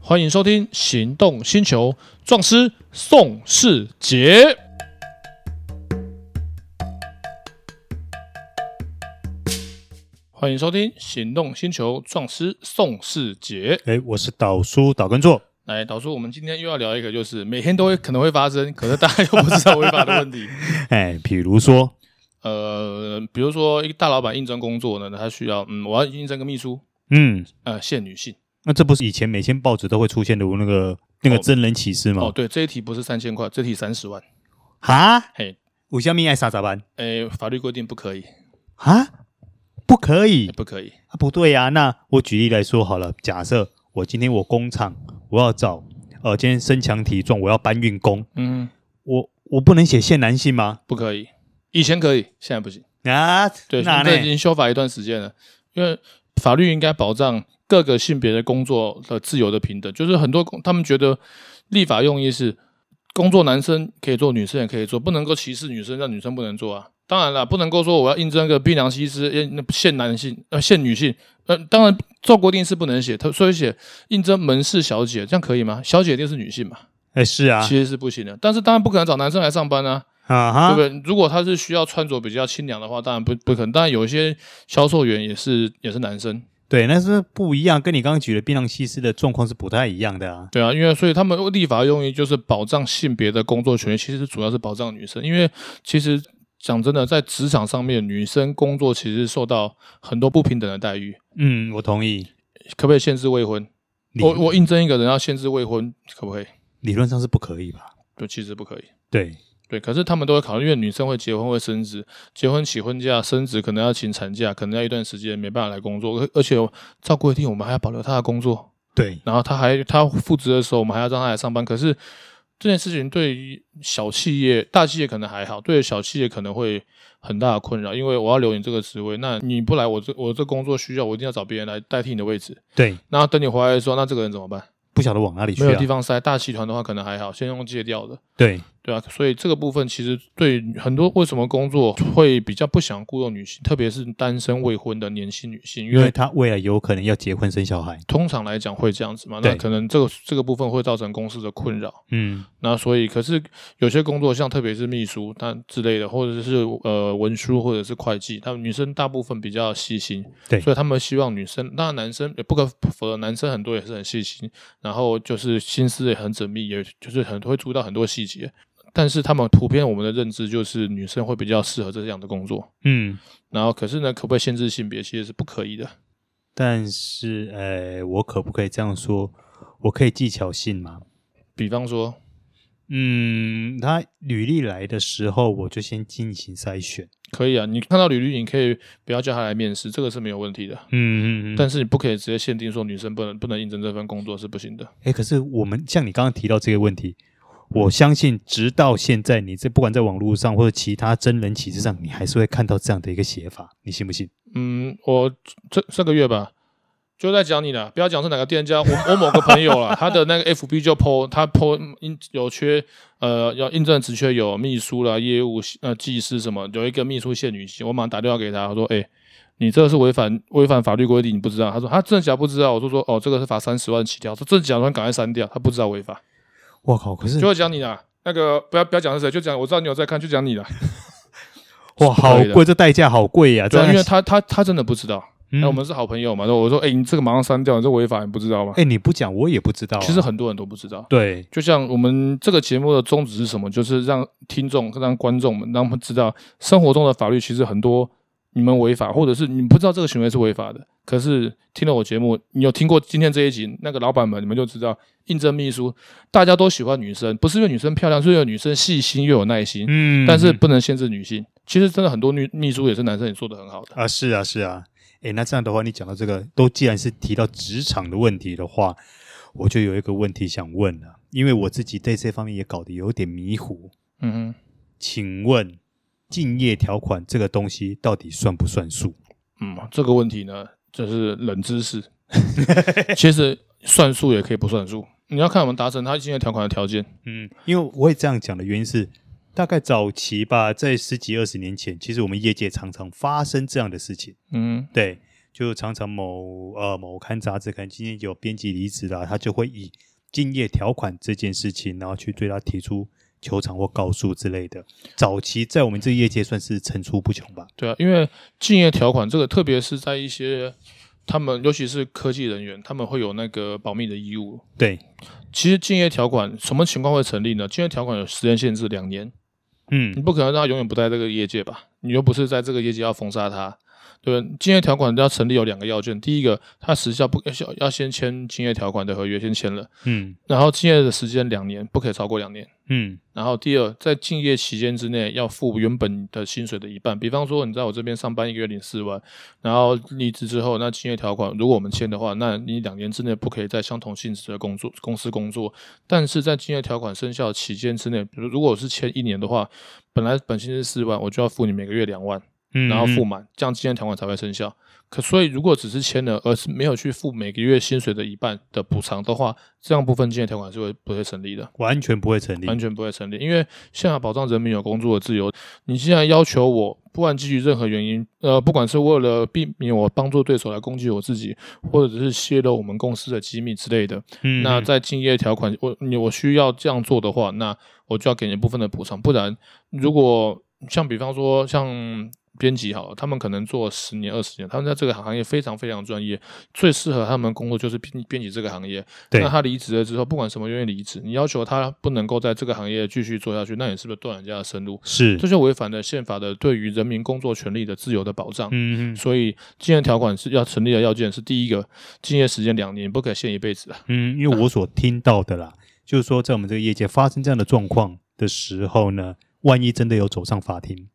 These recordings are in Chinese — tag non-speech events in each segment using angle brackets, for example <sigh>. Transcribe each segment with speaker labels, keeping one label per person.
Speaker 1: 欢迎收听《行动星球》，壮师宋世杰。欢迎收听《行动星球》，壮师宋世杰。
Speaker 2: 哎，我是导叔导根座，
Speaker 1: 来，导叔，我们今天又要聊一个，就是每天都会可能会发生，可是大家又不知道违法的问题。 <laughs>
Speaker 2: 哎，比如说，
Speaker 1: 呃，比如说一个大老板应征工作呢，他需要，嗯，我要应征个秘书，
Speaker 2: 嗯，
Speaker 1: 呃，限女性。
Speaker 2: 那这不是以前每天报纸都会出现的那个那个真人启事
Speaker 1: 哦，
Speaker 2: 吗？
Speaker 1: 对，这一题不是三千块，这题三十万。
Speaker 2: 哈，
Speaker 1: 嘿，
Speaker 2: 五下命爱啥咋办？
Speaker 1: 诶，法律规定不可以，
Speaker 2: 哈，不可以
Speaker 1: 诶不可以。
Speaker 2: 啊，不对呀、那我举例来说好了，假设我今天我工厂我要找呃，今天身强体壮，我要搬运工，
Speaker 1: 嗯，
Speaker 2: 我我不能写限男性吗？
Speaker 1: 不可以。以前可以，现在不行。
Speaker 2: 啊，
Speaker 1: 对，
Speaker 2: 那
Speaker 1: 这已
Speaker 2: 呢？
Speaker 1: 经修法一段时间了，因为法律应该保障各个性别的工作的自由的平等。就是很多工他们觉得立法用意是工作男生可以做，女生也可以做，不能够歧视女生，让女生不能做啊。当然了，不能够说我要应征个槟榔西施，呃那限男性呃限女性，呃，当然照规定是不能写，他所以写应征门市小姐，这样可以吗？小姐一定是女性嘛，
Speaker 2: 哎，是啊，
Speaker 1: 其实是不行的。但是当然不可能找男生来上班啊，
Speaker 2: 啊
Speaker 1: 对
Speaker 2: 哈，
Speaker 1: 不对？如果他是需要穿着比较清凉的话，当然不不可能。当然有一些销售员也是也是男生，
Speaker 2: 对，那是不一样，跟你刚刚举的槟榔西施的状况是不太一样的啊。
Speaker 1: 对啊，因为所以他们立法用意就是保障性别的工作权益，其实主要是保障女生，因为其实。讲真的，在职场上面，女生工作其实受到很多不平等的待遇。
Speaker 2: 嗯，我同意。
Speaker 1: 可不可以限制未婚？
Speaker 2: 理
Speaker 1: 我我应征一个人要限制未婚，可不可以？
Speaker 2: 理论上是不可以吧？
Speaker 1: 就其实不可以。
Speaker 2: 对，
Speaker 1: 对，可是他们都会考虑，因为女生会结婚会升职，结婚起婚假升职可能要请产假，可能要一段时间没办法来工作，而而且照规定我们还要保留她的工作，
Speaker 2: 对，
Speaker 1: 然后她还她复职的时候我们还要让她来上班。可是这件事情对于小企业、大企业可能还好，对于小企业可能会很大的困扰，因为我要留你这个职位，那你不来我这我这工作需要，我一定要找别人来代替你的位置。
Speaker 2: 对，
Speaker 1: 那等你回来的时候，那这个人怎么办？
Speaker 2: 不晓得往哪里去
Speaker 1: 没有
Speaker 2: 啊
Speaker 1: 地？方塞。大集团的话可能还好，先用借调的。
Speaker 2: 对，
Speaker 1: 对啊，所以这个部分其实对很多为什么工作会比较不想雇佣女性，特别是单身未婚的年轻女性，因
Speaker 2: 因为
Speaker 1: 为
Speaker 2: 他未来有可能要结婚生小孩。
Speaker 1: 通常来讲会这样子嘛，那
Speaker 2: 对
Speaker 1: 可能这个这个部分会造成公司的困扰。
Speaker 2: 嗯，
Speaker 1: 那所以，可是有些工作像特别是秘书那之类的，或者是呃文书或者是会计，他们女生大部分比较细心，
Speaker 2: 对
Speaker 1: 所以他们希望女生，那男生也不可否认，男生很多也是很细心，然后就是心思也很缜密，也就是很会注意到很多细节。但是他们普遍我们的认知就是女生会比较适合这样的工作，
Speaker 2: 嗯，
Speaker 1: 然后可是呢，可不可以限制性别其实是不可以的。
Speaker 2: 但是，呃，我可不可以这样说？我可以技巧性吗？
Speaker 1: 比方说，
Speaker 2: 嗯，他履历来的时候，我就先进行筛选。
Speaker 1: 可以啊，你看到履历，你可以不要叫她来面试，这个是没有问题的。
Speaker 2: 嗯嗯嗯。
Speaker 1: 但是你不可以直接限定说女生不能不能应征这份工作是不行的。
Speaker 2: 哎，可是我们像你刚刚提到这个问题，我相信直到现在，你这不管在网络上或者其他真人启事上，你还是会看到这样的一个写法，你信不信？
Speaker 1: 嗯，我这这个月吧，就在讲你了，不要讲是哪个店家，我 <laughs> 我某个朋友了，他的那个 FB 就 PO，他 PO 嗯应有缺呃要应征职缺有秘书啦、业务呃技师什么，有一个秘书限女性，我马上打电话给他，我说哎。你这个是违反违反法律规定，你不知道。他说他真的假不知道，我就说哦，这个是罚三十万起跳。说真的假的，赶快删掉。他不知道违法，
Speaker 2: 我靠！可是
Speaker 1: 就讲你啦。那个不要不要讲是谁，就讲我知道你有在看，就讲你啦。
Speaker 2: 哇，好
Speaker 1: 的
Speaker 2: 贵，这代价好贵呀！
Speaker 1: 对
Speaker 2: 这
Speaker 1: 啊，
Speaker 2: 样
Speaker 1: 因为他他他真的不知道，哎
Speaker 2: 嗯
Speaker 1: 那我们是好朋友嘛，然后我说，哎、你这个马上删掉，你这违法，你不知道吗？
Speaker 2: 哎，你不讲我也不知道啊、
Speaker 1: 其实很多人都不知道。
Speaker 2: 对，
Speaker 1: 就像我们这个节目的宗旨是什么，就是让听众、让观众们，让他们知道生活中的法律其实很多，你们违法，或者是你们不知道这个行为是违法的，可是听了我节目，你有听过今天这一集，那个老板们，你们就知道，应征秘书大家都喜欢女生，不是因为女生漂亮，是因为女生细心又有耐心，
Speaker 2: 嗯
Speaker 1: 但是不能限制女性。其实真的很多女秘书也是男生也做得很好的。
Speaker 2: 啊，是啊，是啊，哎，那这样的话，你讲到这个，都既然是提到职场的问题的话，我就有一个问题想问了，因为我自己对这方面也搞得有点迷糊，
Speaker 1: 嗯哼。
Speaker 2: 请问竞业条款这个东西到底算不算数？
Speaker 1: 嗯，这个问题呢，就是冷知识。 <laughs> 其实算数也可以不算数，你要看我们达成它今天条款的条件。
Speaker 2: 嗯，因为我会这样讲的原因是。大概早期吧，在十几二十年前，其实我们业界常常发生这样的事情。
Speaker 1: 嗯
Speaker 2: 对，就常常某呃某刊杂志可能今天有编辑离职啦，他就会以竞业条款这件事情，然后去对他提出求偿或告诉之类的。早期在我们这个业界算是层出不穷吧。
Speaker 1: 对啊，因为竞业条款这个，特别是在一些他们，尤其是科技人员，他们会有那个保密的义务。
Speaker 2: 对，
Speaker 1: 其实竞业条款什么情况会成立呢？竞业条款有时间限制，两年，你
Speaker 2: 嗯，
Speaker 1: 不可能让他永远不在这个业界吧？你又不是在这个业界要封杀他，对不对？竞业条款要成立有两个要件，第一个，他时效不要要先签竞业条款的合约，先签了，
Speaker 2: 嗯
Speaker 1: 然后竞业的时间两年，不可以超过两年。
Speaker 2: 嗯
Speaker 1: 然后第二，在竞业期间之内要付原本的薪水的一半。比方说，你在我这边上班一个月领四万，然后离职之后，那竞业条款如果我们签的话，那你两年之内不可以在相同性质的工作公司工作。但是在竞业条款生效期间之内，比如如果我是签一年的话，本来本薪是四万，我就要付你每个月两万，
Speaker 2: 嗯，
Speaker 1: 然后付满，这样竞业条款才会生效。可所以，如果只是签了，而是没有去付每个月薪水的一半的补偿的话，这样部分竞业条款是会不会成立的？
Speaker 2: 完全不会成立。
Speaker 1: 完全不会成立，因为宪法保障人民有工作的自由。你既然要求我，不管基于任何原因，呃，不管是为了避免我帮助对手来攻击我自己，或者是泄露我们公司的机密之类的，
Speaker 2: 嗯，
Speaker 1: 那在竞业条款，我你我需要这样做的话，那我就要给你部分的补偿，不然如果像比方说像。编辑好了，他们可能做十年、二十年，他们在这个行业非常非常专业，最适合他们工作就是编编辑这个行业。
Speaker 2: 对
Speaker 1: 那他离职了之后，不管什么原因离职，你要求他不能够在这个行业继续做下去，那你是不是断人家的生路？
Speaker 2: 是
Speaker 1: 这就违反了宪法的对于人民工作权利的自由的保障。
Speaker 2: 嗯嗯
Speaker 1: 所以，竞业条款是要成立的要件是第一个，竞业时间两年，不可以限一辈子啊。
Speaker 2: 嗯，因为我所听到的
Speaker 1: 嗯
Speaker 2: 啦，就是说在我们这个业界发生这样的状况的时候呢，万一真的有走上法庭，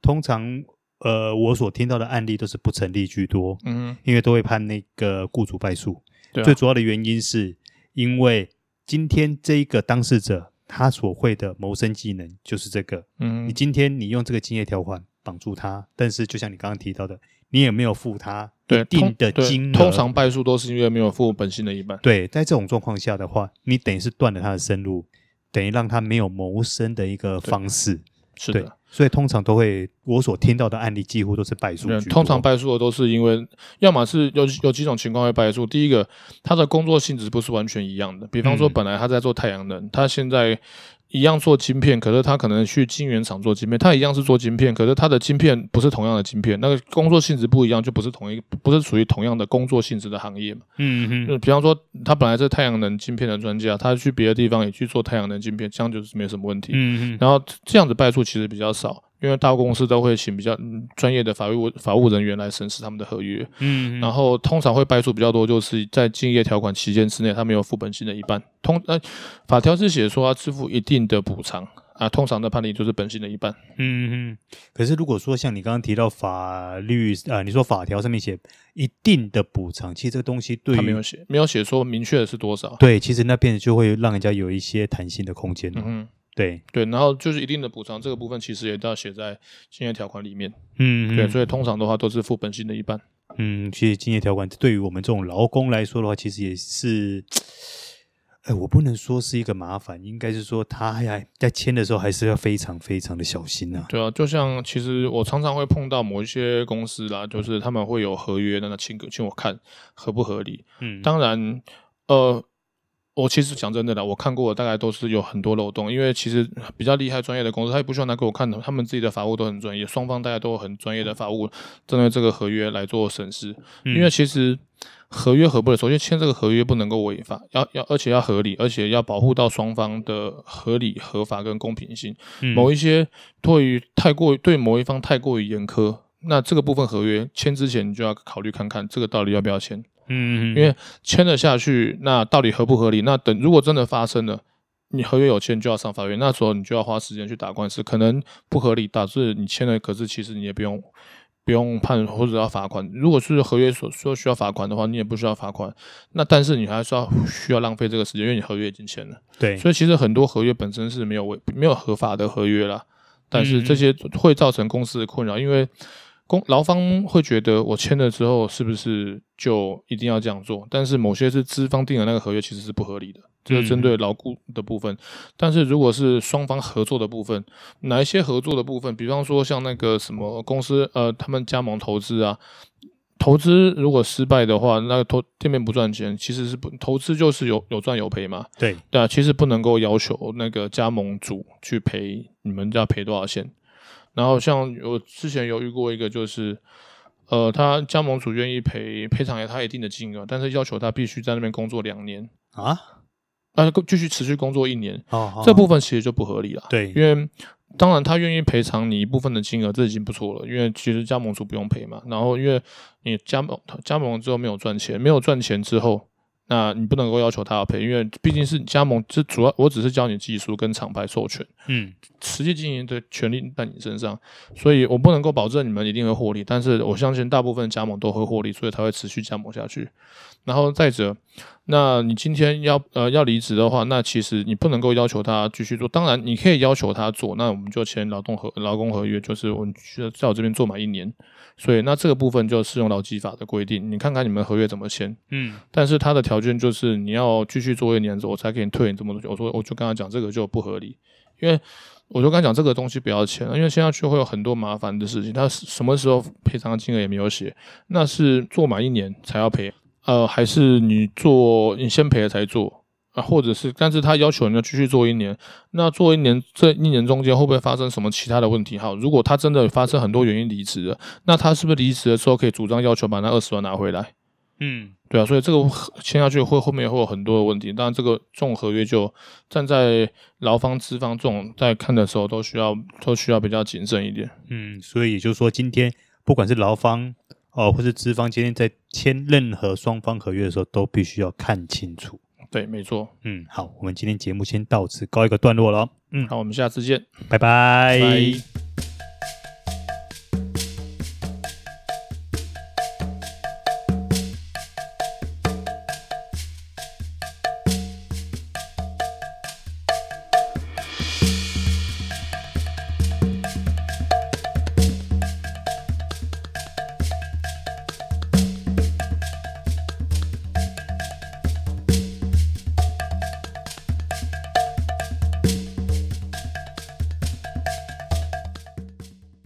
Speaker 2: 通常呃我所听到的案例都是不成立居多，
Speaker 1: 嗯
Speaker 2: 因为都会判那个雇主败诉。
Speaker 1: 对啊
Speaker 2: 最主要的原因是因为今天这一个当事者他所会的谋生技能就是这个，
Speaker 1: 嗯
Speaker 2: 你今天你用这个竞业条款绑住他，但是就像你刚刚提到的，你也没有付他
Speaker 1: 对
Speaker 2: 一定
Speaker 1: 通
Speaker 2: 的
Speaker 1: 对
Speaker 2: 金额，
Speaker 1: 通常败诉都是因为没有付本薪的一半。
Speaker 2: 对，在这种状况下的话，你等于是断了他的生路，等于让他没有谋生的一个方式。
Speaker 1: 是
Speaker 2: 对
Speaker 1: 的，，
Speaker 2: 所以通常都会，我所听到的案例几乎都是败诉
Speaker 1: 对
Speaker 2: 居多
Speaker 1: 通常败诉的都是因为，要么是有有几种情况会败诉。第一个，他的工作性质不是完全一样的，比方说
Speaker 2: 嗯
Speaker 1: 本来他在做太阳能，他现在。一样做晶片，可是他可能去晶圆厂做晶片，他一样是做晶片，可是他的晶片不是同样的晶片，那个工作性质不一样，就不是同一，不是属于同样的工作性质的行业嘛。
Speaker 2: 嗯
Speaker 1: 就
Speaker 2: 嗯
Speaker 1: 比方说，他本来是太阳能晶片的专家，他去别的地方也去做太阳能晶片，这样就是没什么问题。
Speaker 2: 嗯嗯
Speaker 1: 然后这样子败诉其实比较少，因为大公司都会请比较嗯专业的法务法务人员来审视他们的合约，
Speaker 2: 嗯，
Speaker 1: 然后通常会败诉比较多，就是在竞业条款期间之内，他没有付本金的一半。通呃，法条是写说要支付一定的补偿啊，通常的判例就是本金的一半。
Speaker 2: 嗯嗯。可是如果说像你刚刚提到法律呃，你说法条上面写一定的补偿，其实这个东西对
Speaker 1: 他没
Speaker 2: 于
Speaker 1: 有写，没有写说明确的是多少。
Speaker 2: 对，其实那边就会让人家有一些弹性的空间哦。
Speaker 1: 嗯哼，
Speaker 2: 对，
Speaker 1: 对，然后就是一定的补偿这个部分，其实也都要写在竞业条款里面。
Speaker 2: 嗯
Speaker 1: 对，
Speaker 2: 嗯
Speaker 1: 所以通常的话都是付本金的一半。
Speaker 2: 嗯，其实竞业条款对于我们这种劳工来说的话，其实也是，哎，我不能说是一个麻烦，应该是说他还在签的时候还是要非常非常的小心啊。
Speaker 1: 对啊，就像其实我常常会碰到某一些公司啦，就是他们会有合约，那那请请我看合不合理。
Speaker 2: 嗯
Speaker 1: 当然，呃，我其实讲真的啦，我看过的大概都是有很多漏洞，因为其实比较厉害专业的公司，他也不需要拿给我看的，他们自己的法务都很专业，双方大家都有很专业的法务针对这个合约来做审视。
Speaker 2: 嗯
Speaker 1: 因为其实合约合不合，首先签这个合约不能够违法，要要而且要合理，而且要保护到双方的合理、合法跟公平性。某
Speaker 2: 一
Speaker 1: 一些对于太过于对某一方太过于严苛，那这个部分合约签之前，你就要考虑看看这个到底要不要签，
Speaker 2: 嗯，
Speaker 1: 因为签了下去，那到底合不合理？那等如果真的发生了。你合约有签就要上法院，那时候你就要花时间去打官司，可能不合理，导致你签了，可是其实你也不用不用判或者要罚款。如果是合约所说需要罚款的话，你也不需要罚款。那但是你还是要需要浪费这个时间，因为你合约已经签了。
Speaker 2: 对，
Speaker 1: 所以其实很多合约本身是没有违没有合法的合约啦，但是
Speaker 2: 嗯
Speaker 1: 这些会造成公司的困扰，因为公劳方会觉得我签了之后是不是就一定要这样做？但是某些是资方定的那个合约其实是不合理的，这
Speaker 2: 嗯
Speaker 1: 是针对劳雇的部分。但是如果是双方合作的部分，哪一些合作的部分，比方说像那个什么公司呃，他们加盟投资啊，投资如果失败的话，那投店面不赚钱，其实是不投资就是有有赚有赔嘛。
Speaker 2: 对，
Speaker 1: 对啊，其实不能够要求那个加盟主去赔你们要赔多少钱。然后像我之前有遇过一个，就是呃，他加盟主愿意赔赔偿给他一定的金额，但是要求他必须在那边工作两年，
Speaker 2: 啊，
Speaker 1: 那继续持续工作一年，
Speaker 2: 哦，
Speaker 1: 这部分其实就不合理了。
Speaker 2: 对
Speaker 1: 因为当然他愿意赔偿你一部分的金额，这已经不错了。因为其实加盟主不用赔嘛，然后因为你加盟加盟之后没有赚钱，没有赚钱之后，那你不能够要求他要赔，因为毕竟是加盟，这主要我只是教你技术跟厂牌授权，
Speaker 2: 嗯，
Speaker 1: 实际经营的权利在你身上，所以我不能够保证你们一定会获利，但是我相信大部分加盟都会获利，所以才会持续加盟下去。然后再者，那你今天要呃要离职的话，那其实你不能够要求他继续做，当然你可以要求他做，那我们就签劳动合劳工合约，就是我们需要在我这边做满一年，所以那这个部分就适用劳基法的规定，你看看你们合约怎么签。
Speaker 2: 嗯，
Speaker 1: 但是他的条件就是你要继续做一年，我才给你退你这么多钱。我说我就跟他讲这个就不合理，因为我就跟他讲这个东西不要钱，因为签下去会有很多麻烦的事情。他什么时候赔偿金额也没有写，那是做满一年才要赔，呃，还是你做你先赔了才做？啊，或者是，但是他要求你要继续做一年，那做一年，这一年中间会不会发生什么其他的问题？好，如果他真的发生很多原因离职了，那他是不是离职的时候可以主张要求把那二十万拿回来？
Speaker 2: 嗯，
Speaker 1: 对啊，所以这个签下去会后面会有很多的问题。当然，这个这种合约就站在劳方、资方这种在看的时候，都需要都需要比较谨慎一点。
Speaker 2: 嗯，所以也就是说，今天不管是劳方哦、或是资方，今天在签任何双方合约的时候，都必须要看清楚。
Speaker 1: 对，没错。
Speaker 2: 嗯，好，我们今天节目先到此告一个段落了，
Speaker 1: 嗯，好，我们下次见，
Speaker 2: 拜拜。
Speaker 1: 拜。